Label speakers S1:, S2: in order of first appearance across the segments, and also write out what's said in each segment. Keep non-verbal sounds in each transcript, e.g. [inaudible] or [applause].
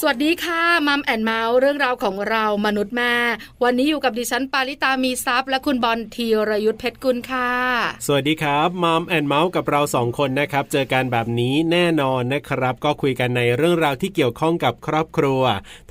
S1: สวัสดีค่ะมัมแอนเมาส์เรื่องราวของเรามนุษย์แม่ วันนี้อยู่กับดิฉันปาริตามีซัพย์และคุณบอลธีรยุทธเพชรกุลค่ะ
S2: สวัสดีครับมัมแอนเมาส์กับเราสองคนนะครับ เจอกันแบบนี้แน่นอนนะครับ ก็คุยกันในเรื่องราวที่เกี่ยวข้องกับครอบครัว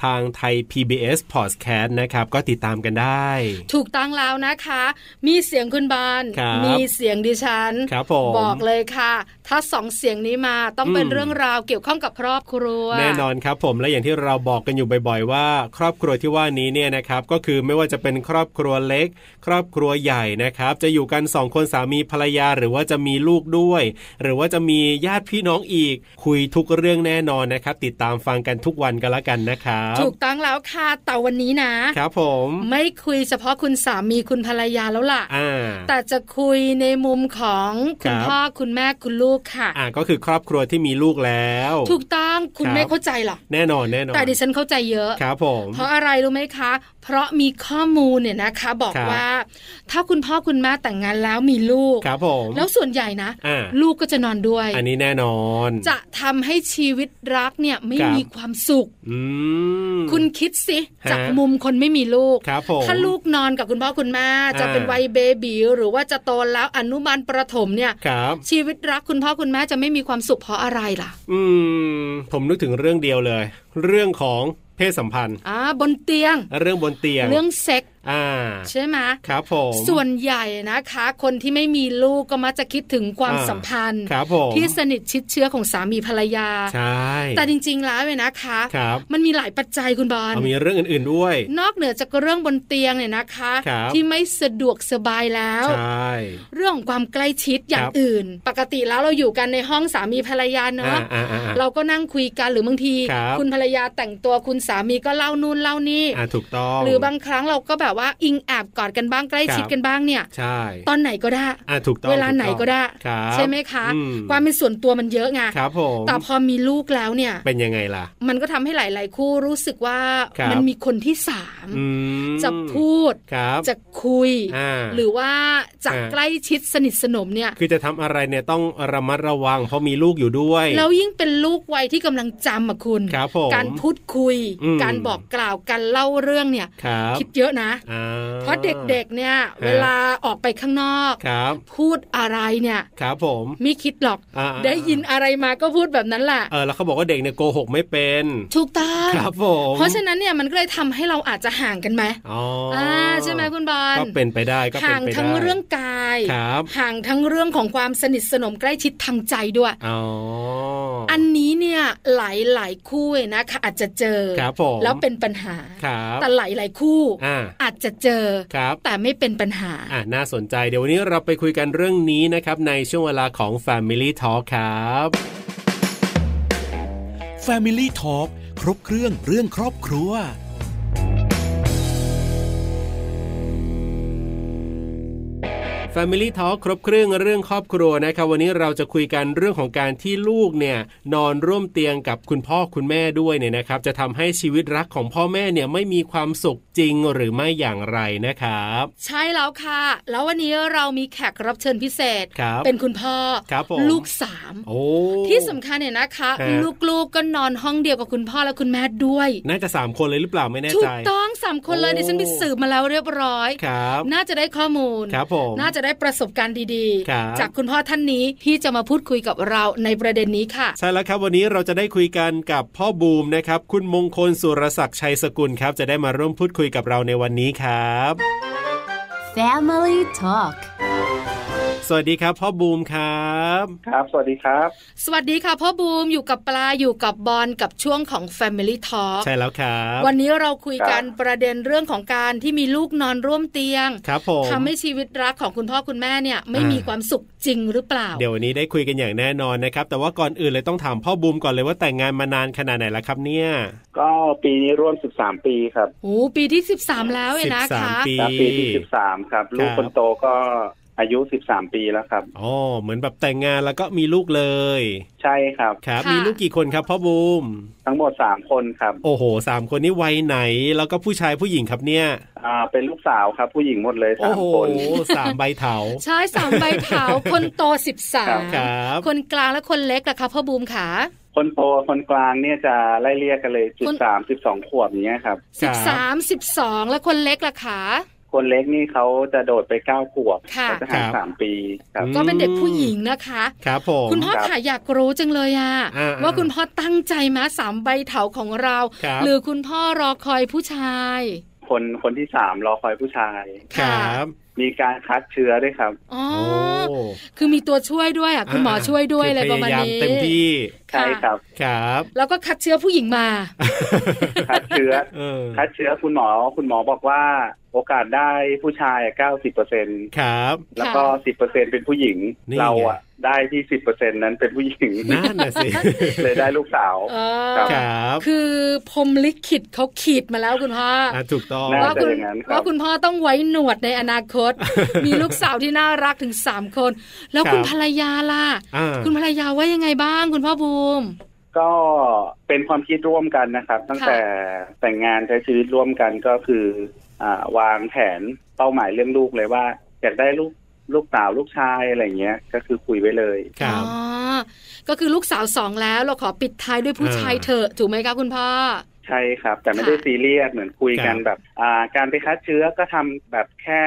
S2: ทางไทย PBS Podcast นะครับ ก็ติดตามกันได้
S1: ถูกต้องแล้วนะคะ มีเสียงคุณบอล
S2: ครับ
S1: มีเสียงดิฉัน
S2: ครับผม
S1: อกเลยค่ะ ถ้าสองเสียงนี้มาต้องเป็น
S2: อืม
S1: เรื่องราวเกี่ยวข้องกับครอบครัว
S2: แน่นอนครับผมและอย่างที่เราบอกกันอยู่บ่อยๆ ว่า ครอบครัวที่ว่านี้เนี่ยนะครับก็คือไม่ว่าจะเป็นครอบครัวเล็ก ครอบครัวใหญ่นะครับ จะอยู่กันสองคนสามีภรรยาหรือว่าจะมีลูกด้วย หรือว่าจะมีญาติพี่น้องอีก คุยทุกเรื่องแน่นอนนะครับ ติดตามฟังกันทุกวันกันละกันนะครับ
S1: ถูกต้องแล้วค่ะแต่วันนี้นะ [laughs]
S2: ครับผม
S1: ไม่คุยเฉพาะคุณสามีคุณภรรยาแล้วล่ะ
S2: อ่า
S1: แต่จะคุยในมุมของคุณ
S2: ครับ
S1: พ่อคุณแม่คุณลูกค่ะ
S2: อ่าก็คือครอบครัวที่มีลูกแล้ว
S1: ถูกต้องคุณ
S2: ครับ
S1: ไม่เข้าใจหรอก
S2: แน่นอนแน่นอน
S1: แต่ดิฉันเข้าใจเยอะ
S2: ครับผม
S1: เพราะอะไรรู้ไหมคะ เพราะมีข้อมูลเนี่ยนะคะ บอก
S2: ครับ
S1: ว่า ถ้าคุณพ่อคุณแม่แต่งงานแล้วมีลูก
S2: ครับผม
S1: แล้วส่วนใหญ่นะ
S2: อ่า
S1: ลูกก็จะนอนด้วย
S2: อันนี้แน่นอน
S1: จะทำให้ชีวิตรักเนี่ยไม่
S2: ครับ
S1: มีความสุข
S2: อืม
S1: คุณคิดสิ
S2: ฮะ
S1: จากมุมคนไม่มีลูก
S2: ครับผม
S1: ถ้าลูกนอนกับคุณพ่อคุณแม่จะ
S2: อ่า
S1: เป็นวัยเบบีหรือว่าจะโตแล้วอนุบาลประถมเนี่ย
S2: ครับ
S1: ชีวิตรักคุณพ่อคุณแม่จะไม่มีความสุขเพราะอะไรล่ะ
S2: อืม ผมนึกถึงเรื่องเดียวเลย เรื่องของเพศสัมพันธ์
S1: อ่าบนเตียง
S2: เรื่องบนเตียง
S1: เรื่องเซ็กส์
S2: อ่า
S1: ใช่ไหม
S2: ครับผม
S1: ส่วนใหญ่นะคะ คนที่ไม่มีลูกก็มักจะคิดถึงความ
S2: อ่า
S1: สัมพันธ์
S2: ครับผม
S1: ที่สนิทชิดเชื้อของสามีภรรยา
S2: ใช่
S1: แต่จริงๆแล้วเนี่ยนะคะ
S2: ครับ
S1: มันมีหลายปัจจัยคุณบอล
S2: เอามีเรื่องอื่นๆด้วย
S1: นอกเหนือจากเรื่องบนเตียงเนี่ยนะคะ
S2: ครับ
S1: ที่ไม่สะดวกสบายแล้ว
S2: ใช่
S1: เรื่องของความใกล้ชิดอย่า
S2: ค
S1: ง
S2: รับ
S1: อื่น ปกติแล้วเราอยู่กันในห้องสามีภรรยาเนาะ
S2: อ่าอ่าอ่า
S1: เราก็นั่งคุยกันหรือบางที
S2: ครับ
S1: ณภรรยาแต่งตัวคุณสามีก็เล่านู่นเล่านี่
S2: อ่าถูกต้อง
S1: หรือบางครั้งเราก็แบบว่าอิงแอบกอดกันบ้างใกล้ชิด
S2: ครับ
S1: กันบ้างเนี่ย
S2: ใช่
S1: ตอนไหนก็ได้
S2: อ่าถูกต้อง
S1: เวลาไหนก็ได้
S2: ถูต้องครับ
S1: ใช่ไหมคะ
S2: อื
S1: ความเป็นส่วนตัวมันเยอะไง
S2: ครับผม
S1: แต่พอมีลูกแล้วเนี่ย
S2: เป็นยังไงล่ะ
S1: มันก็ทำให้หลาย ๆ คู่รู้สึกว่า
S2: ครับ
S1: มันมีคนที่สาม
S2: อืม
S1: จะพูด
S2: ครับ
S1: จะคุย
S2: อ่า
S1: หรือว่าจะ
S2: อ่า
S1: ใกล้ชิดสนิทสนมเนี่ย
S2: คือจะทำอะไรเนี่ยต้องระมัดระวัง เพราะมีลูกอยู่ด้วย
S1: แล้วยิ่งเป็นลูกวัยที่กำลังจำอะคุณ
S2: ครับผม
S1: การพูดคุย
S2: อืม
S1: การบอกกล่าวการเล่าเรื่องเนี่ย
S2: ครับ
S1: คิดเยอะนะ
S2: อ่
S1: เพราะเด็ก ๆ เนี่ย เวลาออกไปข้างนอก
S2: ครับ
S1: พูดอะไรเนี่ย
S2: ครับผม
S1: ไม่คิดหรอก
S2: อ่า
S1: ได้ยินอะไรมาก็พูดแบบนั้นแหละ
S2: เออแล้วเขาบอกว่าเด็กเนี่ยโกหกไม่เป็น
S1: ถูกต้อง
S2: ครับผม
S1: เพราะฉะนั้นเนี่ยมันก็เลยทำให้เราอาจจะห่างกันไหม
S2: อ๋ออ่
S1: าใช่ไหมคุณบอล
S2: ก็เป็นไปได้ก็เป็
S1: ห่าน ง
S2: ไปได้
S1: ทั้งเรื่องกาย
S2: ครับ
S1: ห่างทั้งเรื่องของความสนิทสนมใกล้ชิดทางใจด้วย
S2: อ๋ออ
S1: อันนี้เนี่ยหลายหลายๆคู่เนี่ยนะคะอาจจะเจอ
S2: ครับผม
S1: แล้วเป็นปัญหา
S2: ครับ
S1: แต่หลายหลายๆคู่
S2: อ่า
S1: อาจจะเจอ
S2: ครับ
S1: แต่ไม่เป็นปัญหา
S2: อ่าน่าสนใจเดี๋ยววันนี้เราไปคุยกันเรื่องนี้นะครับ ในช่วงเวลาของ Family Talk ครับ
S3: Family Talk ครบเครื่องเรื่องครอบครัว
S2: Family Talk ครบเครื่องเรื่องครอบครัวนะครับ วันนี้เราจะคุยกันเรื่องของการที่ลูกเนี่ยนอนร่วมเตียงกับคุณพ่อคุณแม่ด้วยเนี่ยนะครับ จะทำให้ชีวิตรักของพ่อแม่เนี่ยไม่มีความสุขจริงหรือไม่อย่างไรนะครับ
S1: ใช่แล้วค่ะ แล้ววันนี้เรามีแขกรับเชิญพิเศษ
S2: ครับ
S1: เป็นคุณพ่อ
S2: ครับผม
S1: ลูกสาม
S2: โอ้
S1: ที่สำคัญเนี่ยนะคะ
S2: ฮะ
S1: ลูกๆก็นอนห้องเดียวกับคุณพ่อและคุณแม่ด้วย
S2: น่าจะสามคนเลยหรือเปล่าไม่แน่
S1: ถู
S2: ใจ
S1: กต้องสามคนเลย
S2: โอ้
S1: ดิฉันไปสืบมาแล้วเรียบร้อย
S2: ครับ
S1: น่าจะได้ข้อมูล
S2: ครับผม
S1: น่าจะได้ประสบการณ์ดี
S2: ครับ
S1: จากคุณพ่อท่านนี้ที่จะมาพูดคุยกับเราในประเด็นนี้ค่ะ
S2: ใช่แล้วครับวันนี้เราจะได้คุยกันกับพ่อบูมนะครับ คุณมงคลสุรศักดิ์ชัยสกุลครับ จะได้มาร่วมพูดคุยกับเราในวันนี้ครับ
S4: Family Talk
S2: สวัสดีครับ พ่อบูมครับ
S5: ครับ สวัสดีครับ
S1: สวัสดีค่ะพ่อบูมอยู่กับปลาอยู่กับบอลกับช่วงของ Family Talk
S2: ใช่แล้วครับ
S1: วันนี้เราคุย
S5: ครับ
S1: กันประเด็นเรื่องของการที่มีลูกนอนร่วมเตียง
S2: ครับผม
S1: ทำให้ชีวิตรักของคุณพ่อคุณแม่เนี่ยไม่
S2: อ่ามี
S1: มีความสุขจริงหรือเปล่า
S2: เดี๋ยววันนี้ได้คุยกันอย่างแน่นอนนะครับ แต่ว่าก่อนอื่นเลยต้องถามพ่อบูมก่อนเลยว่าแต่งงานมานานขนาดไหนแล้วครับเนี่ย
S5: ก็ปีนี้ร่วม 13 ปีครับ
S1: โอ้ปีที่ 13 แล้วเอ
S2: สิ
S1: ย
S2: บ
S1: นะ
S2: สาม
S1: คะ
S2: ปี
S5: ครับปีที่ 13 ครับ ลูก
S2: ครับ
S5: คนโตก็ อายุ 13 ปีแล้วครับ
S2: อ๋อเหมือนแบบแต่งงานแล้วก็มีลูกเลย
S5: ใช่ครับ
S2: ครับ
S1: ค่ะ
S2: มีลูกกี่คนครับพ่อบูม
S5: ทั้งหมด 3 คนครับ
S2: โอ้โหสามคนนี้วัยไหน แล้วก็ผู้ชายผู้หญิงครับเนี่ย
S5: อ่าเป็นลูกสาวครับ ผู้หญิงหมดเลย
S2: โอ้
S5: สาม
S2: โห
S5: คน
S2: สามใบเถา
S1: ใช่สามใบ
S2: [laughs]
S1: เถาคนโตสิบสา
S5: ครั
S1: ม
S5: บ
S2: ครับ
S1: คนกลางและคนเล็กล่ะคะพ่อบูมขา
S5: คนโตคนกลางเนี่ยจะไล่เรียกกันเลยสิบสามสิบสองขวบอย่างเงี้ยครับ
S2: ค
S1: สิ
S2: รั
S1: บสามสิบสองและคนเล็กล่ะขา
S5: คนเล็กนี่เขาจะโดดไปเก้าขวบ
S1: ค่ะ
S5: เขาจะห่าง
S2: ครับ
S5: สามปีครับ
S2: อืม
S1: ก็เป็นเด็กผู้หญิงนะคะ
S2: ครับผม
S1: คุณพ่อขาอยากรู้จังเลยอะ
S2: อ่า
S1: ว่าคุณพ่อตั้งใจมาสามใบเถาของเรา
S2: ครับ
S1: หรือคุณพ่อรอคอยผู้ชาย
S5: คนคนที่สามรอคอยผู้ชาย
S2: ครับ
S5: มีการคัดเชื้อด้วยครับ
S1: อ๋อ
S2: โอ้
S1: คือมีตัวช่วยด้วยอ่ะคุณหมอช่วยด้วยอะไร
S2: คื
S1: ประมาณ
S2: พยายาม
S1: นี้
S2: เต็มที่
S5: ใช่ครับ
S2: ครับ
S1: แล้วก็คัดเชื้อผู้หญิงมา
S5: คัดเชื้อ
S2: เออ
S5: คัดเชื้อคุณหมอคุณหมอบอกว่าโอกาสได้ผู้ชายเก้าสิบเปอร์เซ็น
S2: ครับ
S5: แล้วก็สิบเปอร์เซ็นเป็นผู้หญิง
S2: นี่ไง
S5: เราอะได้ที่สิบเปอร์เซ็นนั้นเป็นผู้หญิง
S2: นั่นน่ะสิ
S5: เลยได้ลูกสาว
S1: เออ
S2: ครับ
S1: คือพรหมลิขิตเขาขีดมาแล้วคุณพ่ออ
S2: อ่ะถูกต้อง
S5: น่า
S1: ว่า
S5: จะ
S1: คุณ
S5: ย่งนั้นครับ
S1: ว่าคุณพ่อต้องไว้หนวดในอนาคต มีลูกสาวที่น่ารักถึงสามคน แล้วคุณ
S2: ครับ
S1: ภรรยาล่ะ
S2: อ่า
S1: คุณภรรยาว่ายังไงบ้างคุณพ่อบูม
S5: ก็เป็นความคิดร่วมกันนะครับ ตั้ง
S1: ค่ะ
S5: แต่แต่งงานใช้ชีวิตร่วมกันก็คืออ่าวางแผนเป้าหมายเรื่องลูกเลยว่า อยากได้ลูกลูกสาวลูกชายอะไรเงี้ย ก็คือคุยไว้เลย
S2: ครับ
S1: อ๋อก็คือลูกสาวสองแล้วเราขอปิดท้ายด้วยผู้ชายเถอะถูกไหมคะคุณพ่อ
S5: ใช่ครับ แต่ไม่ได้
S1: ค่ะ
S5: ซีเรียสเหมือนคุยกัน
S2: ครับ
S5: แบบอ่าการไปคัดเชื้อก็ทำแบบแค่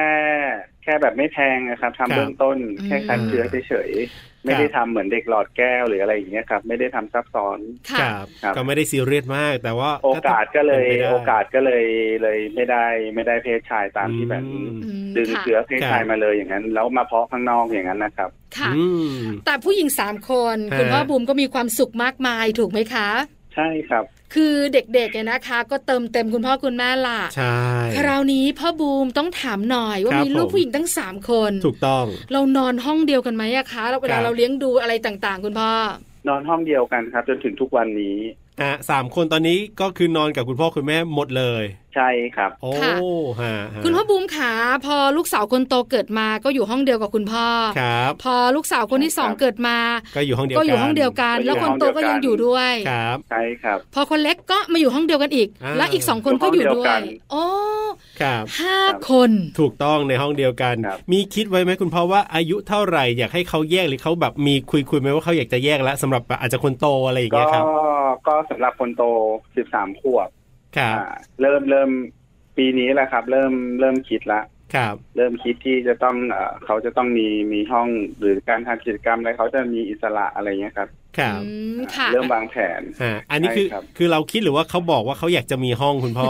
S5: แค่แบบไม่แพงนะครับ
S2: ค
S5: ทำ
S2: รับ
S5: เบื้องต้นแค่คัดเชื้อเฉยๆไม่ได้
S2: ครับ
S5: ทำเหมือนเด็กหลอดแก้วหรืออะไรอย่างเงี้ยครับ ไม่ได้ทำซับซ้อน
S1: ค่ะ
S2: ครับ
S5: ครับ
S2: ก็ไม่ได้ซีเรียสมากแต่ว่า
S5: โอกาสก็เลย
S2: ป็นไปได้
S5: โอกาสก็เลยเลยไม่ได้ไม่ได้เพศชายตามที่แบบ
S2: อืม
S1: อืม
S5: ดึง
S1: ค่ะ
S5: เชื้อเพศชาย
S2: ครับ
S5: มาเลยอย่างนั้น แล้วมาเพาะข้างนอกอย่างนั้นนะครับ
S1: ค่ะ
S2: อืม
S1: แต่ผู้หญิงสามคน
S2: ฮะ
S1: คุณพ่อบูมก็มีความสุขมากมายถูกไหมคะ
S5: ใช่ครับ
S1: คือเด็กๆเนี่ยนะคะ ก็เติมเต็มคุณพ่อคุณแม่ล่ะ
S2: ใช่
S1: คราวนี้พ่อบูมต้องถามหน่อยว่า
S2: ครับ
S1: มีลูก
S2: ผม
S1: ผู้หญิงตั้งสามคน
S2: ถูกต้อง
S1: เรานอนห้องเดียวกันไหมอะคะแล้วเว
S2: ครั
S1: ลา
S2: บ
S1: เราเลี้ยงดูอะไรต่างๆ คุณพ่อ
S5: นอนห้องเดียวกันครับ จนถึงทุกวันนี้
S2: อ่ะสามคนตอนนี้ก็คือนอนกับคุณพ่อคุณแม่หมดเลย
S5: ใช่ครับ
S2: โอ้
S1: ค่ะ
S2: ฮะฮะ
S1: คุณพ่อบูมขาพอลูกสาวคนโตเกิดมาก็อยู่ห้องเดียวกับคุณพ่อ
S2: ครับ
S1: พอลูกสาวคนที่สองเกิดมา
S2: ก็อยู่ห้องเดียว
S1: ก็
S2: กัน
S1: อยู่ห้องเดียวกัน แล้วคนโตก็ยังอยู่ด้วย
S2: ครับ
S5: ใช่ครับ
S1: พอคนเล็กก็มาอยู่ห้องเดียวกันอีก
S2: อ่า
S1: และอีกสองคนก็อยู่ด้ว
S5: อยู่ห้
S1: ย
S5: องเดียวกัน
S1: โอ้
S2: ครับ
S1: ห้า
S5: ครับ
S1: คน
S2: ถูกต้องในห้องเดียวกัน
S5: ครับ
S2: มีคิดไว้ไหมคุณพ่อว่าอายุเท่าไหร่อยากให้เขาแยกหรือเขาแบบมีคุยคุยไหมว่าเขาอยากจะแยกแล้วสำหรับอาจจะคนโตอะไรอย่าง
S5: ก็
S2: เงี้ยครับ
S5: ก็สำหรับคนโต 13 ขวบ
S2: ครับ
S5: อ่าเริ่มเริ่มปีนี้แหละครับ เริ่มเริ่มคิดละ
S2: ครับ
S5: เริ่มคิดที่จะต้องเออเขาจะต้องมีมีห้องหรือการทำกิจกรรมอะไรเขาจะมีอิสระอะไรเงี้ยครับ
S2: ครับ
S1: อืมค่ะ
S5: เริ่มวางแผน
S2: ฮะอันนี้คือ
S5: ใช่ครับ
S2: คือเราคิดหรือว่าเขาบอกว่าเขาอยากจะมีห้องคุณพ่อ
S5: [laughs]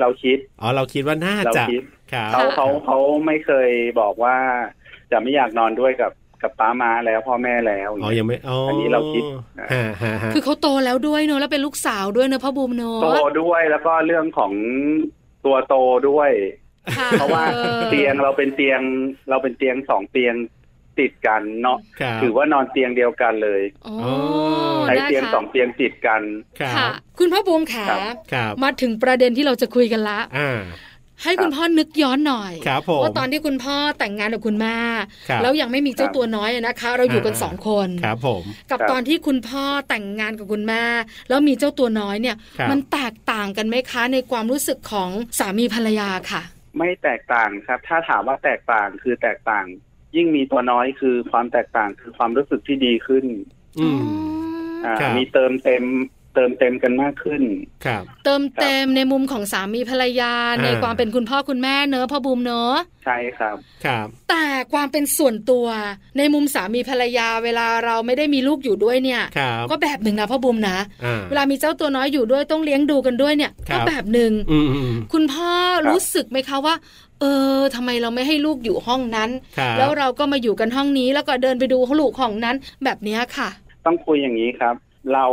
S5: เราคิด
S2: อ๋อเราคิดว่าน่าจะ
S5: เราคิด
S2: ครับ
S5: เขาเขาเขาไม่เคยบอกว่า จะไม่อยากนอนด้วยกับกับป้ามาแล้วพ่อแม่แล้ว
S2: อ๋อยังไม่อ๋ออั
S5: นนี้เราคิด
S2: ฮะฮะฮะ
S1: คือเขาโตแล้วด้วยเนอะแล้วเป็นลูกสาวด้วยเนอะพ่อบูมเนอะ
S5: โตด้วยแล้วก็เรื่องของตัวโตด้วย
S1: ค่
S5: เพราะว่า
S1: ออ
S5: เตียงเราเป็นเตียงเราเป็นเตียงสองเตียงติดกันเนาะ
S2: ครับ
S5: ถือว่านอนเตียงเดียวกันเลย
S1: โอ้
S2: อ๋อ
S5: ใช้
S1: นะคะ
S5: เตียงสองเตียงติดกัน
S2: ครั
S1: ค่ะ
S2: บ
S1: คุณพ่อบูมขา
S5: ครับ
S2: ครับ
S1: มาถึงประเด็นที่เราจะคุยกันละ
S2: อ่า
S1: ให้คุณพ่อนึกย้อนหน่อย
S2: ครับผม
S1: ว่าตอนที่คุณพ่อแต่งงานกับคุณแม่
S2: ครับ
S1: แล้วยังไม่มีเจ้าตัวน้อยอะนะคะ เราอยู่กัน
S2: อ่า
S1: สองคน
S2: ครับผม
S1: กับ
S5: ครับ
S1: ตอนที่คุณพ่อแต่งงานกับคุณแม่แล้วมีเจ้าตัวน้อยเนี่ย
S2: ครับ
S1: มันแตกต่างกันไหมคะ ในความรู้สึกของสามีภรรยาค่ะ
S5: ไม่แตกต่างครับ ถ้าถามว่าแตกต่างคือแตกต่าง ยิ่งมีตัวน้อยคือความแตกต่างคือความรู้สึกที่ดีขึ้น
S2: อืม
S5: อ่า
S2: ครับ
S5: มีเติมเต็มเติมเต็มกันมากขึ้น
S2: ครับ
S1: เติมเต็มในมุมของสามีภรรยา
S2: อ่า
S1: ในความเป็นคุณพ่อคุณแม่เนอะพ่อบูมเนอะ
S5: ใช่ครับ
S2: ครับ
S1: แต่ความเป็นส่วนตัว ในมุมสามีภรรยาเวลาเราไม่ได้มีลูกอยู่ด้วยเนี่ย
S2: ครับ
S1: ก็แบบหนึ่งนะพ่อบูมนะ
S2: อ่า
S1: เวลามีเจ้าตัวน้อยอยู่ด้วยต้องเลี้ยงดูกันด้วยเนี่ย
S2: ครั
S1: ก็
S2: บ
S1: แบบหนึ่ง
S2: อืมอืม
S1: คุณพ่อรู้สึกไหมคะว่า เออทำไมเราไม่ให้ลูกอยู่ห้องนั้น
S2: ครับ
S1: แล้วเราก็มาอยู่กันห้องนี้แล้วก็เดินไปดูลูกของนั้นแบบเนี้ยค่ะ
S5: ต้องคุยอย่างนี้ครับ เรา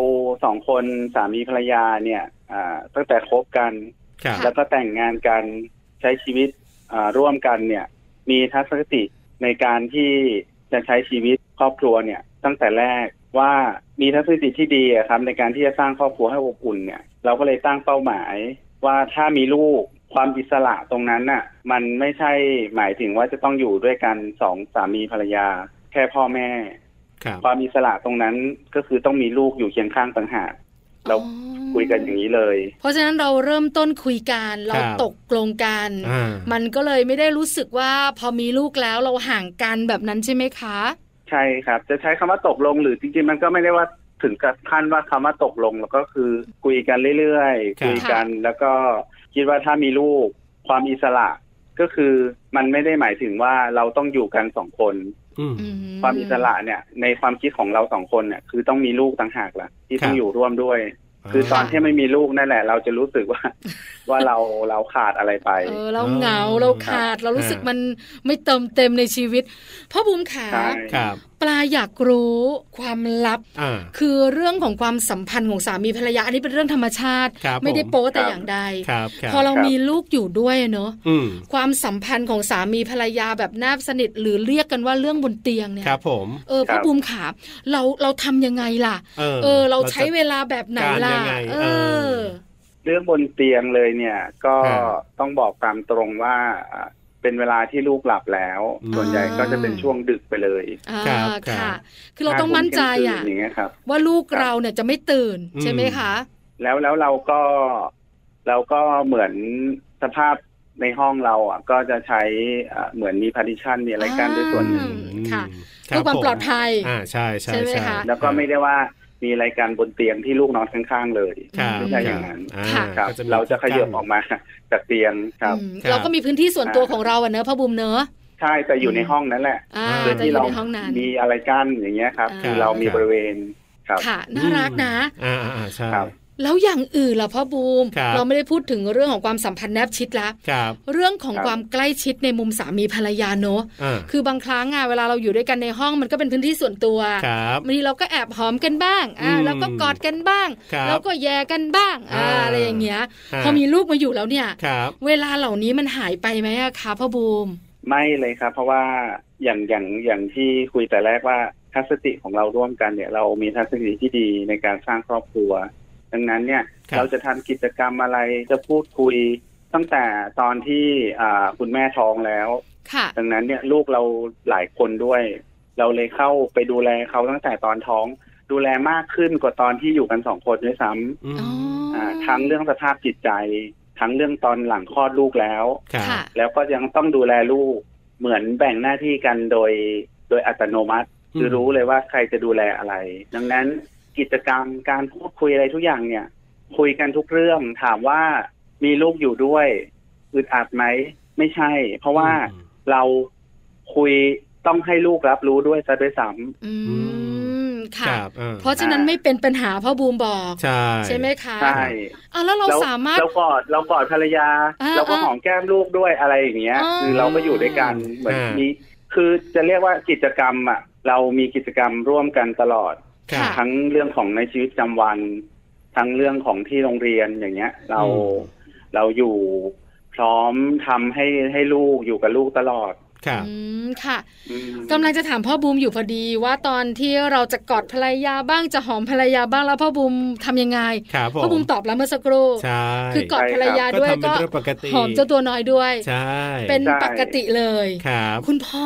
S5: สองคนสามีภรรยาเนี่ยอ่าตั้งแต่คบกัน
S2: ครับ
S5: แล้วก็แต่งงานกันใช้ชีวิตอ่าร่วมกันเนี่ย มีทัศนคติในการที่จะใช้ชีวิตครอบครัวเนี่ย ตั้งแต่แรกว่ามีทัศนคติที่ดีอะครับในการที่จะสร้างครอบครัวให้อบอุ่นเนี่ย เราก็เลยตั้งเป้าหมายว่าถ้ามีลูก ความอิสระตรงนั้นน่ะ มันไม่ใช่หมายถึงว่าจะต้องอยู่ด้วยกันสองสามีภรรยา แค่พ่อแม่
S2: ครับ
S5: ความอิสระตรงนั้นก็คือต้องมีลูกอยู่เคียงข้างต่างหากเรา
S1: อ๋อ
S5: คุยกันอย่างนี้เลย
S1: เพราะฉะนั้นเราเริ่มต้นคุยกันเราตกลงกัน
S2: อ่า
S1: มันก็เลยไม่ได้รู้สึกว่าพอมีลูกแล้วเราห่างกันแบบนั้นใช่ไหมคะ
S5: ใช่ครับ จะใช้คำว่าตกลงหรือจริงๆ มันก็ไม่ได้ว่าถึงกับขั้นว่าคำว่าตกลง แล้วก็คือคุยกันเรื่อยๆคุยกัน แล้วก็คิดว่าถ้ามีลูกความอิสระก็คือมันไม่ได้หมายถึงว่าเราต้องอยู่กันสองคน
S2: อืม
S1: อื
S5: ความอิสระเนี่ยในความคิดของเราสองคนเนี่ยคือต้องมีลูกต่างหากละที่ต้อ
S2: ค
S5: ง
S2: รับ
S5: อยู่ร่วมด้วย คือตอนที่ไม่มีลูกนั่นแหละ เราจะรู้สึกว่า ว่าเราเราขาดอะไรไป
S1: เออเราเหงาเราขาด เรารู้สึกมันไม่เติมเต็มในชีวิตพ่อบุ๋มขา
S5: ใช่
S2: ครับ
S1: ปลาอยากรู้ความลับ
S2: อ่า
S1: คือเรื่องของความสัมพันธ์ของสามีภรรยาอันนี้เป็นเรื่องธรรมชาติ
S2: ครับ
S1: ไม่ได้
S2: ผม
S1: โป๊แต่
S5: ครับ
S1: อย่างใด
S2: ครับครับ
S1: พอเรา
S5: ครับ
S1: มีลูกอยู่ด้วยอะเนอะ
S2: อืม
S1: ความสัมพันธ์ของสามีภรรยาแบบแนบสนิทหรือเรียกกันว่าเรื่องบนเตียงเนี่ย
S2: ครับผม
S1: เออพ่อ
S5: ครับ
S1: บุ๋มขาเราเราทำยังไงล่ะ
S2: เออ
S1: เออ เราใช้
S2: จะ
S1: เวลาแบบไหนล่ะ
S2: การยังไง
S1: เอ
S2: เอ
S1: อ
S2: อ
S5: เรื่องบนเตียงเลยเนี่ย ก็
S2: ครับ
S5: ต้องบอกตามตรงว่าอ่าเป็นเวลาที่ลูกหลับแล้ว
S2: อืม
S5: ส่วนใหญ่ก็จะเป็นช่วงดึกไปเลย
S1: อ่า
S2: ครับครั
S1: ค่ะ
S2: บ
S1: คือเราต้องมั่นใจอ่ะ
S5: ห้าทุ่มเที่ยงคืนอย่างเงี้ยครับ
S1: ว่าลูก
S5: ครับ
S1: เราเนี่ยจะไม่ตื่น
S2: อืม
S1: ใช่ไหมคะ
S5: แล้วแล้วเราก็เราก็เหมือนสภาพในห้องเราอ่ะ ก็จะใช้อ่าเหมือนมีพาริชันมีอะไรกันด้วยส่วนหนึ่ง
S1: อืมค่ะ
S2: รับ
S1: เพื่อความ
S2: ผ
S1: ปลอดภัย
S2: อ่าใช่ใช่
S1: ใช่ไหม
S2: ใช่
S1: คะ
S5: แล้วก็ไม่ได้ว่ามีรายการบนเตียงที่ลูกนอนข้างๆเลย
S2: ครับ
S5: ไม่ใช่อย่างนั้น
S2: อ่า
S1: ค่ะ
S5: ครับ
S2: ก็มี
S5: เราจะขยับออกมาจากเตียงครับ
S1: อืม
S2: ครับ
S1: เราก็มีพื้นที่ส่วนตัวของเราอะเนอะพ่อบุ๋มเนอะ
S5: ใช่แต่อยู่ในห้องนั้นแหละ
S1: อ่า
S2: อ่า
S5: โดย
S1: จะอ
S5: ที่
S1: ยู่
S5: เรา
S1: ในห้องนั้น
S5: มีอะไรกั้นอย่างเงี้ยครับ
S1: อ่า
S5: คือเรามีบริเวณครับ
S1: ค่ะ น่ารักนะ
S2: อ่าอ่าอ่าใช่
S5: ครับ
S1: แล้วอย่างอื่นล่ะพ่อบูม
S2: ครับ
S1: เราไม่ได้พูดถึงเรื่องของความสัมพันธ์แนบชิดละ
S2: ครับ
S1: เรื่องของ
S5: ครับ
S1: ความใกล้ชิดในมุมสามีภรรยาเนอะ
S2: อ่า
S1: คือบางครั้งอะเวลาเราอยู่ด้วยกันในห้องมันก็เป็นพื้นที่ส่วนตัว
S2: ครับ
S1: บางทีเราก็แอบหอมกันบ้างอ่า
S2: อืม
S1: แล้วก็กอดกันบ้าง
S2: ครับ
S1: แล้วก็แยกันบ้างอ่า
S2: อ่า
S1: อะไรอย่างเงี้ย พอมีลูกมาอยู่แล้วเนี่ย
S2: ครับ
S1: เวลาเหล่านี้มันหายไปไหมอะคะพ่อบูม
S5: ไม่เลยครับ เพราะว่าอย่างอย่างอย่างที่คุยแต่แรกว่าทัศนคติของเราร่วมกันเนี่ย เรามีทัศนคติที่ดีในการสร้างครอบครัว ดังนั้นเนี่ย
S2: ครับ
S5: เราจะทำกิจกรรมอะไรจะพูดคุยตั้งแต่ตอนที่อ่าคุณแม่ท้องแล้ว
S1: ค่ะ
S5: ดังนั้นเนี่ยลูกเราหลายคนด้วย เราเลยเข้าไปดูแลเขาตั้งแต่ตอนท้อง ดูแลมากขึ้นกว่าตอนที่อยู่กันสองคนด้วยซ้
S2: อืม
S1: อ๋อ
S5: ำ
S1: อ
S5: อ่าทั้งเรื่องสภาพจิตใจ ทั้งเรื่องตอนหลังคลอดลูกแล้ว
S2: ครับ
S1: ค่ะ
S5: แล้วก็ยังต้องดูแลลูกเหมือนแบ่งหน้าที่กันโดยโดยอัตโนมัติ
S2: อืม
S5: คือรู้เลยว่าใครจะดูแลอะไร ดังนั้นกิจกรรมการพูดคุยอะไรทุกอย่างเนี่ย คุยกันทุกเรื่องถามว่ามีลูกอยู่ด้วยอึดอัดไหมไม่ใช่ เพราะว่า
S2: อืม
S5: เราคุยต้องให้ลูกรับรู้ด้วยซะด้วยซ้
S1: อืม ค่ะ
S2: ครับอ่า
S1: เพราะฉะนั้นไม่เป็นปัญหาพ่อบูมบอก
S2: ใช่
S1: ใช่ไหมคะ
S5: ำใช่
S1: เอาแล้วเรา
S5: เรา
S1: สามารถ
S5: เรากอดเรากอดภรรยา
S1: อ่า
S5: เราก็หอมแก้มลูกด้วยอะไรอย่างเงี้ย
S1: อ่า
S5: คือเราก็อยู่ด้วยกันเหมือนมีคือจะเรียกว่ากิจกรรมอ่ะเรามีกิจกรรมร่วมกันตลอด
S2: ครับ
S1: ค่ะ
S5: ทั้งเรื่องของในชีวิตประจำวัน ทั้งเรื่องของที่โรงเรียนอย่างเงี้ย เรา
S2: อืม
S5: เราอยู่พร้อมทำให้ให้ลูกอยู่กับลูกตลอด
S2: ครับ
S1: อืม ค่ะ
S5: อืม
S1: กำลังจะถามพ่อบูมอยู่พอดีว่าตอนที่เราจะกอดภรรยาบ้างจะหอมภรรยาบ้างแล้วพ่อบูมทำยังไง
S2: ครับผม
S1: พ่อบูมตอบแล้วเมื่อสักครู่
S2: ใช่
S1: คือกอดภรรยา
S2: ก็
S1: ด้วย
S2: ทำเป็น
S1: ก็
S2: เรื่องปกติ
S1: หอมเจ้าตัวน้อยด้วย
S2: ใช่
S1: เป็น
S5: ใช่
S1: ปกติเลย
S2: ครับ
S1: คุณพ่อ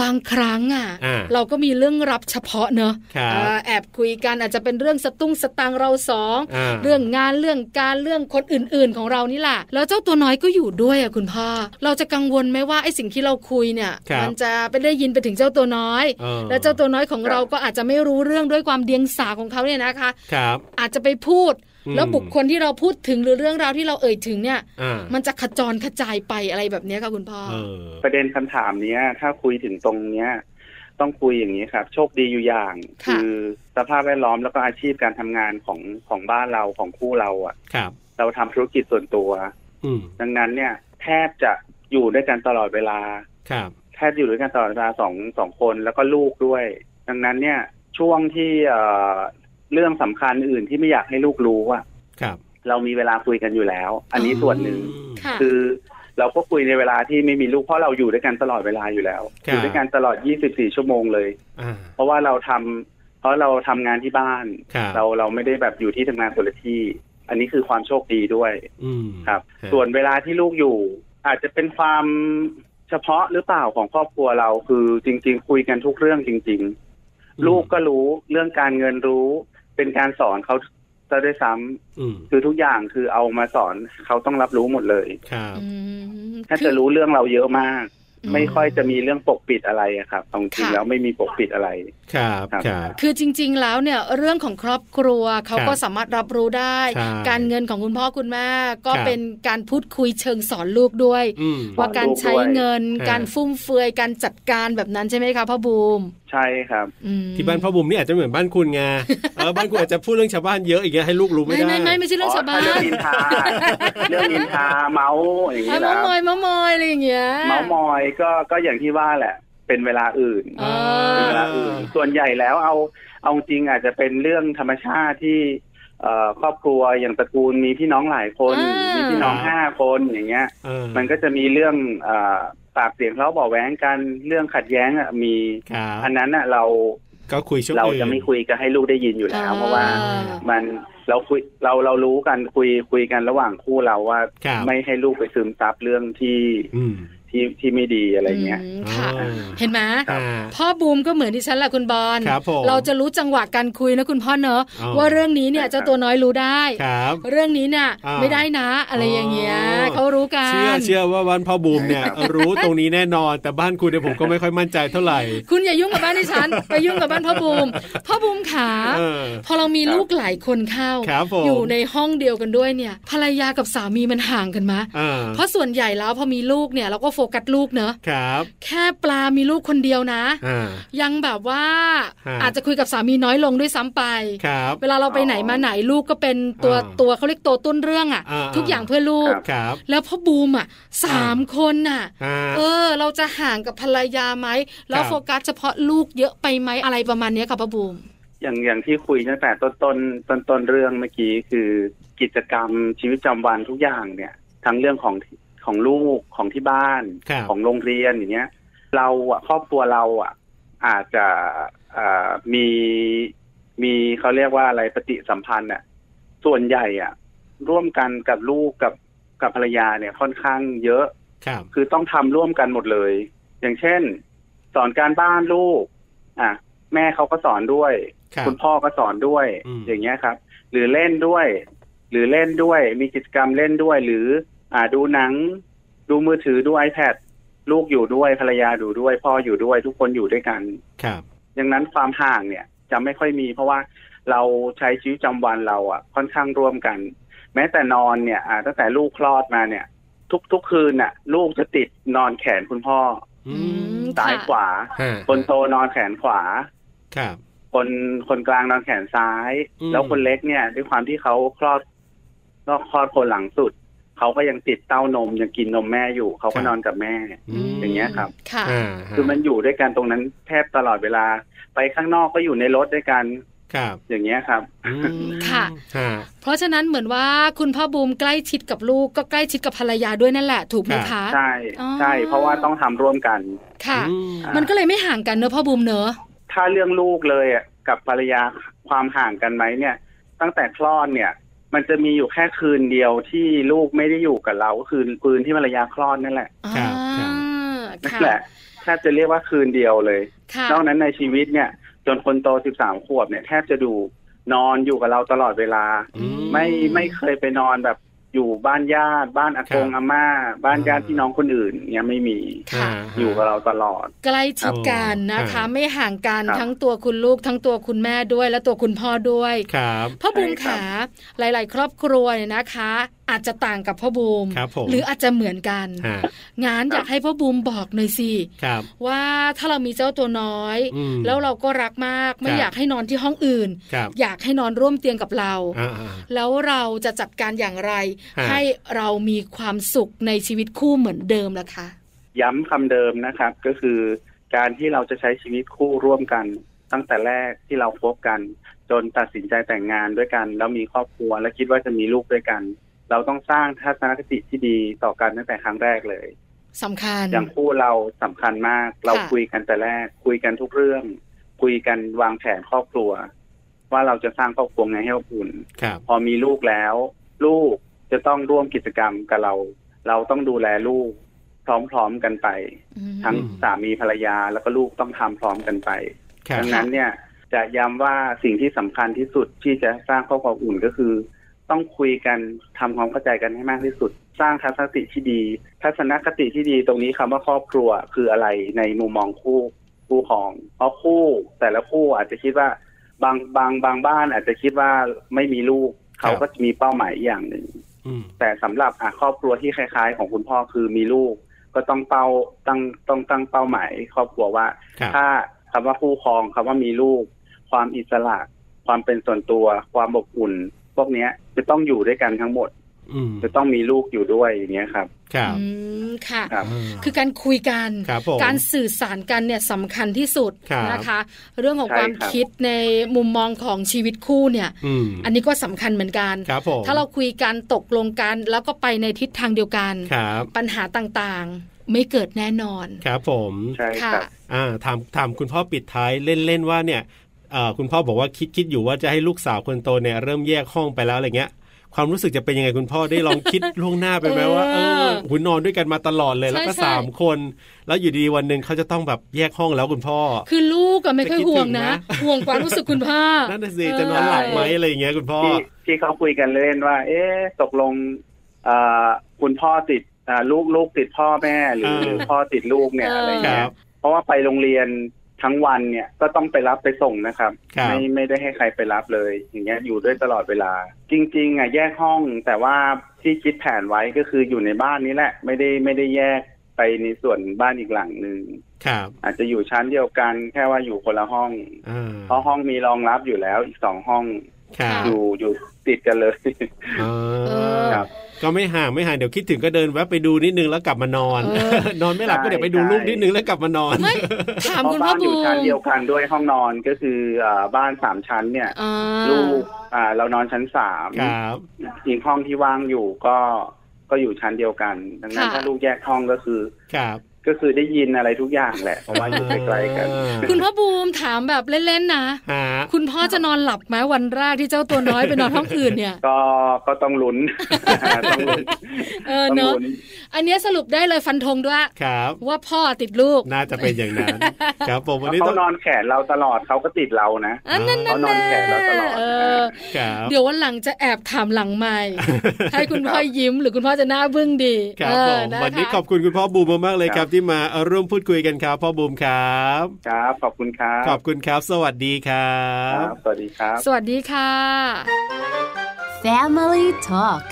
S1: บางครั้งอ่ะ
S2: อ่า
S1: เราก็มีเรื่องรับเฉพาะเนอะ
S2: ครับ
S1: เอ่อแอบคุยกันอาจจะเป็นเรื่องสตุ้งสตังเราสอง
S2: า
S1: เรื่องงานเรื่องการเรื่องคนอื่น ๆ ของเรานี่แหละแล้วเจ้าตัวน้อยก็อยู่ด้วยอ่ะคุณพ่อเราจะกังวลไหมว่าไอ้สิ่งที่เราคุยเนี่ย
S2: ครับ
S1: มัจะไปได้ยินไปถึงเจ้าตัวน้อย
S2: ออ
S1: แล้วเจ้าตัวน้อยของ
S5: ครับ
S1: เราก็อาจจะไม่รู้เรื่องด้วยความเดียงสาของเขาเนี่ยนะคะ
S2: ครับ
S1: อาจจะไปพูด
S2: อืม
S1: แล้วบุคคลที่เราพูดถึงหรือเรื่องราวที่เราเอ่ยถึงเนี่ย
S2: อ่า
S1: มันจะขจรขจายไปอะไรแบบเนี้ยค่ะคุณพ่อ
S2: เออ
S5: ประเด็นคำถามเนี้ย ถ้าคุยถึงตรงเนี้ย ต้องคุยอย่างนี้ครับ โชคดีอยู่อย่าง
S1: ค่ะ
S5: อสภาพแวดล้อมแล้วก็อาชีพการทำงานของของบ้านเราของคู่เราอะ่ะ
S2: ครับ
S5: เราทำธุรกิจส่วนตัว
S2: อืม
S5: ดังนั้นเนี่ย แทบจะอยู่ด้วยกันตลอดเวลา
S2: ครับ
S5: แทบอยู่ด้วยกันตลอดเวลาสองสองคนแล้วก็ลูกด้วย ดังนั้นเนี่ยช่วงที่เอ่อเรื่องสำคัญอื่นที่ไม่อยากให้ลูกรู้อะ
S2: ครับ
S5: เรามีเวลาคุยกันอยู่แล้ว อันนี้ส่วนหนึ่ง
S1: ค่ะ
S5: คือ เราก็คุยในเวลาที่ไม่มีลูกเพราะเราอยู่ด้วยกันตลอดเวลาอยู่แล้วอยู่ด้วยกันตลอด 24 ชั่วโมงเลย
S2: อ่า
S5: เพราะว่าเราทำเพราะเราทำงานที่บ้าน
S2: ครับ
S5: เราเราไม่ได้แบบอยู่ที่ทำงานคนละที่ อันนี้คือความโชคดีด้วย
S2: อืม
S5: ครับ
S2: ฮะ
S5: ส่วนเวลาที่ลูกอยู่ อาจจะเป็นความเฉพาะหรือเปล่าของครอบครัวเราคือจริง ๆ คุยกันทุกเรื่องจริง ๆ ลูกก็รู้เรื่องการเงินรู้ เป็นการสอนเขาจะด้วยซ้ำ
S2: อืม
S5: คือทุกอย่างคือเอามาสอนเขาต้องรับรู้หมดเลย
S2: ครับ
S1: อืม
S5: ถ้าจะรู้เรื่องเราเยอะมาก
S1: อืม
S5: ไม่ค่อยจะมีเรื่องปกปิดอะไรอะครับเอาจริง
S1: ค่ะ
S5: ๆแล้วไม่มีปกปิดอะไร
S2: ครับ
S5: ครับ
S2: ครับ
S1: คือจริง ๆ แล้วเนี่ยเรื่องของครอบครัวเขาก็
S2: ครับ
S1: สามารถรับรู้ได้
S2: ใช่
S1: การเงินของคุณพ่อคุณแม่ก็
S2: ครับ
S1: เป็นการพูดคุยเชิงสอนลูกด้วย
S2: อืม
S1: ว่าการใช้เงิน
S2: เออ
S1: การฟุ่มเฟือยการจัดการแบบนั้นใช่ไหมคะพ่อบูม
S5: ใช่ครับ
S1: อืม
S2: ที่บ้านพ่อบุ๋มนี่อาจจะเหมือนบ้านคุณไงเออบ้านคุณอาจจะพูดเรื่องชาวบ้านเยอะอีกแล้วให้ลูกรู้ไม่
S1: ไม่
S2: ได้
S1: ไม่ไม่ไม่ใช่เรื่องชาวบ้าน
S5: เรื่องนิน
S1: [laughs]
S5: ทา เรื่องนินทาเมาส์อย่างนี้
S1: อ่ะ
S5: แห
S1: เมา
S5: ละ
S1: ส์มอยเมาส์มอยอะไรอย่างเงี้ย
S5: เมาส์มอยก็ก็อย่างที่ว่าแหละ เป็นเวลาอื่น
S1: เออ
S5: เป็นเวลาอื่น ส่วนใหญ่แล้วเอาเอาจริงอาจจะเป็นเรื่องธรรมชาติที่เอ่อครอบครัวอย่างตระกูลมีพี่น้องหลายคน มีพี่น้อง
S2: อ่า
S5: ห้าคนอย่างเงี้ย
S2: เออ
S5: มันก็จะมีเรื่องเอ่อปากเสียงเราะเบาะแหวงกันเรื่องขัดแย้งอะมี
S2: ครับ
S5: อันนั้นอ่ะเรา
S2: ก็คุยช่วง
S5: เรา
S2: อื่น
S5: จะไม่คุยกันให้ลูกได้ยินอยู่แล้ว เพราะว่า
S1: อ่า
S5: มันเราคุยเราเรารู้กันคุยคุยกันระหว่างคู่เราว่า
S2: ครับ
S5: ไม่ให้ลูกไปซึมซับเรื่องที่
S2: อืม
S5: ที่ที่ไม่ดีอะไรเงี้ย
S1: มค่ะ
S2: อ๋อ
S1: เห็นไหม
S2: อ่า
S1: พ่อบูมก็เหมือนที่ฉันแหละคุณบอล
S2: ครับผม
S1: เราจะรู้จังหวะการคุยนะคุณพ่อเนอะ
S2: อ๋อ
S1: ว่าเรื่องนี้เนี่ยเจ้าตัวน้อยรู้ได้
S2: ครับ
S1: เรื่องนี้เนี่ย
S2: อ่า
S1: ไม่ได้นะ อะไรอย่างเงี้ย
S2: อ๋อ
S1: เขารู้กัน
S2: เชื่อเชื่อว่าบ้านพ่อบูมเนี่ย
S5: ครับ
S2: รู้ตรงนี้แน่นอน แต่บ้านคุณเนี่ยผมก็ไม่ค่อยมั่นใจเท่าไหร่
S1: คุณอย่ายุ่งกับบ้านที่ฉัน [laughs] ไปยุ่งกับบ้านพ่อบูม [laughs] พ่อบูมขา
S2: เออ
S1: พอเรามีลูกหลายคนเข้า
S2: ครับผม
S1: อยู่ในห้องเดียวกันด้วยเนี่ยภรรยากับสามีมันห่างกันมะ
S2: อ่า
S1: เพราะส่วนใหญ่แล้วพอมีลูกเนี่ยเราก็โฟกัสลูกเนอะ
S2: ครับ
S1: แค่ปลามีลูกคนเดียวนะ
S2: อ่า
S1: ยังแบบว่า
S2: ฮะ
S1: อาจจะคุยกับสามีน้อยลงด้วยซ้ำไป
S2: ครับ
S1: เวลาเราไปไหนมาไหนลูกก็เป็นตัว
S2: อ่า
S1: ตัวเขาเรียกตัวต้นเรื่องอะ
S2: อ่า
S1: ทุกอย่างเพื่อลูก
S5: ครับ
S2: ครับ
S1: แล้วพ่อบูมอ่ะสามคนน่ะ
S2: อ่า
S1: เออ เราจะห่างกับภรรยาไหมแล้ว
S2: ครับ
S1: โฟกัสเฉพาะลูกเยอะไปไหมอะไรประมาณเนี้ยค่ะพ่อบูม
S5: อย่างอย่างที่คุยตั้งแต่ต้นต้นต้นต้นเรื่องเมื่อกี้คือกิจกรรมชีวิตประจำวันทุกอย่างเนี่ย ทั้งเรื่องของของลูกของที่บ้าน
S2: ครับ
S5: ของโรงเรียนอย่างเงี้ย เราอะครอบครัวเราอะอาจจะอ่ามีมีเขาเรียกว่าอะไรปฏิสัมพันธ์อะส่วนใหญ่อะร่วมกันกับลูกกับกับภรรยาเนี่ยค่อนข้างเยอะ
S2: ครับ
S5: คือต้องทำร่วมกันหมดเลย อย่างเช่น สอนการบ้านลูก อ่ะ แม่เขาก็สอนด้วย
S2: ครับ
S5: คุณพ่อก็สอนด้วย
S2: อืม
S5: อย่างเงี้ยครับ หรือเล่นด้วย หรือเล่นด้วย มีกิจกรรมเล่นด้วย หรืออ่าดูหนัง ดูมือถือดู iPad ลูกอยู่ด้วยภรรยาอยู่ด้วย พ่ออยู่ด้วย ทุกคนอยู่ด้วยกัน
S2: ครับ
S5: ดังนั้นความห่างเนี่ย จะไม่ค่อยมี เพราะว่าเราใช้ชีวิตประจำวันเราอ่ะ ค่อนข้างร่วมกัน แม้แต่นอนเนี่ยอ่าตั้งแต่ลูกคลอดมาเนี่ย ทุกทุกคืนน่ะ ลูกจะติดนอนแขนคุณพ่อ
S2: อืม
S1: ม
S5: ซ้าย
S1: ค่ะ
S5: ขวา
S2: ฮะ
S5: คนโตนอนแขนขวา
S2: ครับ
S5: คนคนกลางนอนแขนซ้าย
S2: อืม
S5: แล้วคนเล็กเนี่ย ด้วยความที่เขาคลอดก็คลอดคนหลังสุด เขาก็ยังติดเต้านมยังกินนมแม่อยู่ เขาก็นอนกับแม่
S2: อืม
S5: อย่างเงี้ยครับ
S1: ค่ะ
S2: อ่าฮะ
S5: คือมันอยู่ด้วยกันตรงนั้นแทบตลอดเวลา ไปข้างนอกก็อยู่ในรถด้วยกัน
S2: ครับ
S5: อย่างเงี้ยครับ
S2: อืม
S1: ค่ะ
S2: ฮะ
S1: เพราะฉะนั้นเหมือนว่าคุณพ่อบูมใกล้ชิดกับลูกก็ใกล้ชิดกับภรรยาด้วยนั่นแหละ ถูกไหม
S2: ครั
S1: คะ
S2: บ
S5: ใช่
S1: อ๋อ
S5: ใช่เพราะว่าต้องทำร่วมกัน
S1: ค่ะ
S2: อืม
S1: มันก็เลยไม่ห่างกันเนอะพ่อบูมเนอะ
S5: ถ้าเรื่องลูกเลยอะกับภรรยาความห่างกันไหมเนี่ย ตั้งแต่คลอดเนี่ย มันจะมีอยู่แค่คืนเดียวที่ลูกไม่ได้อยู่กับเราก็คือคืนที่ภรรยาคลอดนั่นแหละ
S1: อ่า
S2: ครับครับ
S5: นั่
S1: ค่ะ
S5: นแหละแทบจะเรียกว่าคืนเดียวเลย
S1: ค่ะ
S5: นอกนั้นในชีวิตเนี่ย จนคนโต 13 ขวบเนี่ยแทบจะดูนอนอยู่กับเราตลอดเวลา
S2: อืม
S5: ไม่ไม่เคยไปนอนแบบอยู่บ้านญาติ บ้านอากง
S2: ครับ
S5: อาม่า บ้าน
S2: อ่า
S5: ญาติพี่น้องคนอื่นเนี่ยไม่มี
S1: ค่ะ
S2: ฮะ
S5: อยู่กับเราตลอด
S1: ใกล้ชิดกันนะคะ
S2: ครับ
S1: ไม่ห่างกัน
S5: ครับ
S1: ทั้งตัวคุณลูกทั้งตัวคุณแม่ด้วย และตัวคุณพ่อด้วย
S2: ครับ
S1: พ่อบูม
S5: ใช่ครับ
S1: ขาหลาย ๆ ครอบครัวเนี่ยนะคะ อาจจะต่างกับพ่อบูม
S2: ครับผม
S1: หรืออาจจะเหมือนกัน
S2: ฮะ
S1: งานอยากให้พ่อบูมบอกหน่อยสิ
S2: ครับ
S1: ว่าถ้าเรามีเจ้าตัวน้อย
S2: อืม
S1: แล้วเราก็รักมากไม่
S2: ครับ
S1: อยากให้นอนที่ห้องอื่น
S2: ครับ
S1: อยากให้นอนร่วมเตียงกับเรา
S2: อ่าอ่า
S1: แล้วเราจะจัดการอย่างไร
S2: ฮะ
S1: ให้เรามีความสุขในชีวิตคู่เหมือนเดิมล่ะคะ
S5: ย้ำคำเดิมนะครับ ก็คือการที่เราจะใช้ชีวิตคู่ร่วมกัน ตั้งแต่แรกที่เราพบกัน จนตัดสินใจแต่งงานด้วยกัน แล้วมีครอบครัวและคิดว่าจะมีลูกด้วยกัน เราต้องสร้างทัศนคติที่ดีต่อกันตั้งแต่ครั้งแรกเลย
S1: สำคัญ
S5: อย่างคู่เราสำคัญมาก เราคุยกันแต่แรก คุยกันทุกเรื่อง คุยกันวางแผนครอบครัว ว่าเราจะสร้างครอบครัวไงให้อบอุ่น
S2: ครับ
S5: พอมีลูกแล้ว ลูกจะต้องร่วมกิจกรรมกับเรา เราต้องดูแลลูก พร้อมๆกันไป
S1: อืม
S5: ทั้งสามีภรรยาแล้วก็ลูกต้องทำพร้อมกันไป
S2: ครั
S5: ดั
S2: บ
S5: งนั้นเนี่ยจะย้ำว่าสิ่งที่สำคัญที่สุดที่จะสร้างครอบครัวอุ่นก็คือ ต้องคุยกันทำความเข้าใจกันให้มากที่สุด สร้างทัศนคติที่ดี ทัศนคติที่ดีตรงนี้คำว่าครอบครัวคืออะไรในมุมมองคู่คู่ของเพราะคู่ แต่ละคู่อาจจะคิดว่าบางบางบางบ้านอาจจะคิดว่าไม่มีลูกเขาก็จะมีเป้าหมายอย่างหนึ่ง
S2: อืม
S5: แต่สำหรับอ่ะครอบครัวที่คล้าย ๆ ของคุณพ่อคือมีลูก ก็ต้องเป้าตั้งต้องตั้งเป้าหมายครอบครัวว่า
S2: ครับ
S5: ถ้าคำว่าคู่ครองคำว่ามีลูก ความอิสระ ความเป็นส่วนตัว ความอบอุ่น พวกเนี้ยจะต้องอยู่ด้วยกันทั้งหมด
S2: อืม
S5: จะต้องมีลูกอยู่ด้วยอย่างเงี้ยครับ
S2: ครับ
S1: อืมค่ะ
S5: ครับ
S1: คือการคุยกัน
S2: ครับผม
S1: การสื่อสารกันเนี่ยสำคัญที่สุด
S2: ครับ
S1: นะคะ เรื่องของความ
S5: ใช่ครับ
S1: คิดในมุมมองของชีวิตคู่เนี่ย
S2: อืม
S1: อันนี้ก็สำคัญเหมือนกัน
S2: ครับผม
S1: ถ้าเราคุยกันตกลงกัน แล้วก็ไปในทิศทางเดียวกัน
S2: ครับ
S1: ปัญหาต่างๆ ไม่เกิดแน่นอน
S2: ครับผม
S5: ใช่
S1: ค่ะ
S5: ครับ
S2: อ่าถามถามคุณพ่อปิดท้ายเล่นๆว่าเนี่ยเอ่อคุณพ่อบอกว่าคิดคิดอยู่ว่าจะให้ลูกสาวคนโตเนี่ยเริ่มแยกห้องไปแล้วอะไรเงี้ย ความรู้สึกจะเป็นยังไงคุณพ่อได้ลองคิด ล่วงหน้าไปไหมว่าเอ
S1: เออ
S2: อคุณนอนด้วยกันมาตลอดเลยแล้วก็
S1: ใช่ใช่
S2: สามคน แล้วอยู่ดีวันหนึ่งเขาจะต้องแบบแยกห้องแล้วคุณพ่อ
S1: คือลูกก็ไม่ค่อย
S2: จะคิด
S1: ห่วง
S2: ถึง
S1: นะ
S2: นะ
S1: ห่วงความรู้สึกคุณพ่อ
S2: นั่นน่ะสิจะนอนหลับไหมอะไรอย่างเงี้ยคุณพ่อ
S5: ที่ที่เขาคุยกันเล่นว่า เอ๊ะตกลงเอ่อคุณพ่อติดอ่าลูกลูกติดพ่อแม่หรือ
S2: เออ
S5: หรือพ่อติดลูกเนี่ย
S1: เอออ
S5: อะไร
S2: ครั
S5: เงี้ย
S2: บ
S5: เพราะว่าไปโรงเรียนทั้งวันเนี่ยก็ต้องไปรับไปส่งนะครับ
S2: ครับ
S5: ไม่ไม่ได้ให้ใครไปรับเลย อย่างเงี้ยอยู่ด้วยตลอดเวลา จริง ๆอ่ะแยกห้องแต่ว่าที่คิดแผนไว้ก็คืออยู่ในบ้านนี้แหละ ไม่ได้ไม่ได้แยกไปในส่วนบ้านอีกหลังหนึ่ง
S2: ครับ
S5: อาจจะอยู่ชั้นเดียวกัน แค่ว่าอยู่คนละห้อง
S2: อ่า
S5: เพราะห้องมีรองรับอยู่แล้วอีกสองห้อง
S2: ครับ
S5: อยู่อยู่ติดกันเลย
S2: อ่า
S1: เออ
S5: ครับ
S2: ก็ไม่ห่างไม่ห่างเดี๋ยวคิดถึงก็เดินแวะไปดูนิดนึงแล้วกลับมานอน
S1: เอ
S2: นอนไม่หลับก็เดี๋ยวไปดูลูกนิดนึงแล้วกลับมานอน
S1: ไม่ถาม
S5: เพ
S1: คุณพ่
S5: ราะบ้า
S1: อน
S5: อ
S1: บู
S5: ยู่ชั้นเดียวกันด้วยห้องนอนก็คืออ่าบ้านสามชั้นเนี่ย
S1: อ่า
S5: ลูกอ่าเรานอนชั้นสาม
S2: ครับ
S5: อีกห้องที่ว่างอยู่ก็ก็อยู่ชั้นเดียวกัน ดังนั้นถ้าลูกแยกห้องก็คือ
S2: ครับ
S5: ก็คือได้ยินอะไรทุกอย่างแหละ เพราะว่าอยู่ใกล้ๆกัน
S1: คุณพ่อบูมถามแบบเล่นๆนะ
S2: ฮะ
S1: คุณพ่อจะนอนหลับไหมวันแรกที่เจ้าตัวน้อยไปนอนห้องอื่นเนี่ย
S5: ก็ก็ต้องลุ้น [laughs] ต้องลุ้น
S1: เอ
S5: ต้
S1: อ
S5: อง
S1: เนอะ
S5: ลุ้น
S1: อันเนี้ยสรุปได้เลยฟันธงด้วย
S2: ครับ
S1: ว่าพ่อติดลูก
S2: น่าจะเป็นอย่างนั้น ครับผมวันนี้
S5: เขา
S2: ต้อง
S5: นอนแขนเราตลอดเขาก็ติดเรานะ
S1: อันนั้น
S5: เขานอนแขนเราตลอด
S1: เออ
S2: ครับ
S1: เดี๋ยววันหลังจะแอบถามหลังไม่
S2: [laughs]
S1: ให้คุณพ่อยิ้มหรือคุณพ่อจะหน้าบึ้งดี
S2: ครับ
S1: เอ
S2: ผม
S1: อะ
S2: วันนี้
S1: ะ
S2: ขอบคุณคุณพ่อบูมมากๆเลยครับ ที่มาร่วมพูดคุยกันครับ พ่อบูมครับ
S5: ครับ ขอบคุณครับ
S2: ขอบคุณครับ สวัสดีครั
S5: ค
S2: บ
S5: รับ สวัสดีครับ
S1: สวัสดีค่ะ
S4: Family Talk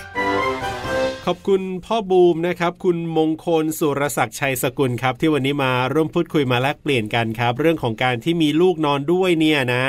S2: ขอบคุณพ่อบูมนะครับ คุณมงคลสุรศักดิ์ชัยสกุลครับ ที่วันนี้มาร่วมพูดคุยมาแลกเปลี่ยนกันครับ เรื่องของการที่มีลูกนอนด้วยเนี่ยนะ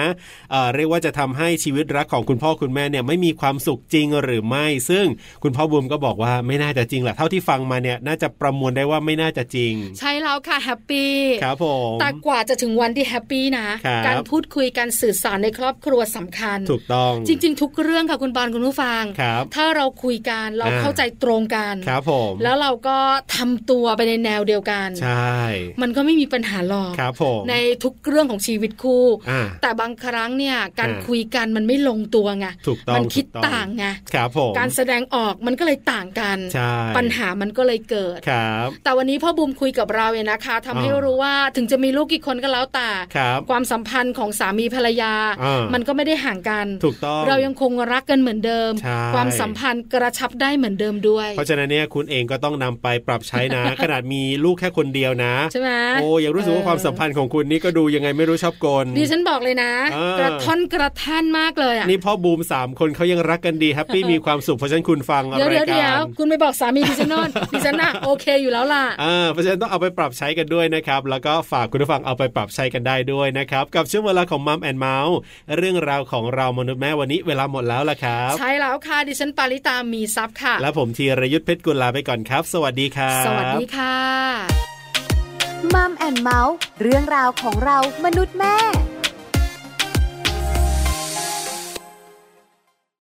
S2: เอ่อเรียกว่าจะทำให้ชีวิตรักของคุณพ่อคุณแม่เนี่ยไม่มีความสุขจริงหรือไม่ ซึ่งคุณพ่อบูมก็บอกว่าไม่น่าจะจริงแหละเท่าที่ฟังมาเนี่ยน่าจะประมวลได้ว่าไม่น่าจะจริง
S1: ใช่แล้วค่ะแฮปปี้
S2: ครับผม
S1: แต่กว่าจะถึงวันที่แฮปปี้นะ
S2: ครับ
S1: การพูดคุยการสื่อสารในครอบครัวสำคัญ
S2: ถูกต้อง
S1: จริง ๆ ทุกเรื่องค่ะคุณบอลคุณผู้ฟัง
S2: ครับ
S1: ถ้าเราคุยกันเรา
S2: อ่า
S1: เข้าใจตรงกัน
S2: ครับผม
S1: แล้วเราก็ทำตัวไปในแนวเดียวกัน
S2: ใช่
S1: มันก็ไม่มีปัญหาหรอก
S2: ครับผม
S1: ในทุกเรื่องของชีวิตคู่
S2: อ่า
S1: แต่บางครั้งเนี่ยการ
S2: อ่า
S1: คุยกันมันไม่ลงตัวไง
S2: ถูกต้อง
S1: มันคิด
S2: ถูกอ
S1: ต่างไง
S2: ครับผม
S1: การแสดงออกมันก็เลยต่างกัน
S2: ใช่
S1: ปัญหามันก็เลยเกิด
S2: ครับ
S1: แต่วันนี้พ่อบุมคุยกับเราเนี่ยนะคะทำให้
S2: อ่า
S1: รู้ว่าถึงจะมีลูกกี่คนก็แล้วแต่
S2: ครับ
S1: ความสัมพันธ์ของสามีภรรยา
S2: อ่ามั
S1: มันก็ไม่ได้ห่างกัน
S2: ถูกต้อง
S1: เรายังคงรักกันเหมือนเดิม
S2: ใช่
S1: ความสัมพันธ์กระชับได้เหมือนเดิมด้วย
S2: เพราะฉะนั้นเนี่ยคุณเองก็ต้องนำไปปรับใช้นะ
S1: [laughs]
S2: ขนาดมีลูกแค่คนเดียวนะ
S1: ใช่ไหม
S2: โอ้ยังรู้สึกว่าความสัมพันธ์ของคุณนี่ก็ดูยังไงไม่รู้ชอบกล
S1: ดิฉันบอกเลยนะ
S2: เออ
S1: กระท่อนกระแท่นมากเลยอ่ะ
S2: นี่พ่อบูมสามคนเขายังรักกันดีแฮปปี้มีความสุขเพราะฉะนั้นคุณฟัง
S1: เดี๋ยว
S2: รา
S1: เดี๋ยวย เดี๋ย
S2: กาว ร
S1: คุณไปบอกสามีดิฉันนอน
S2: [laughs]
S1: ดิฉันน่ะโอเคอยู่แล้วล่ะ
S2: อ่าเพราะฉะนั้นต้องเอาไปปรับใช้กันด้วยนะครับ แล้วก็ฝากคุณผู้ฟังเอาไปปรับใช้กันได้ด้วยนะครับ กับช่วงเวลาของมัมแอนเมาส์เรื่องราวของเรามนุษย์แม่วันนี้เวลาหมดแล้วละครับ
S1: ใช่แล้วค่ะดิฉันปาริตามีซับค่ะ
S2: และผมธีรยุทธเพชรกุลลาไปก่อนครับ สวัสดีครับ
S1: สวัสดีค่ะ
S4: มัมแอนเมาส์เรื่องราวของเรามนุษย์แม่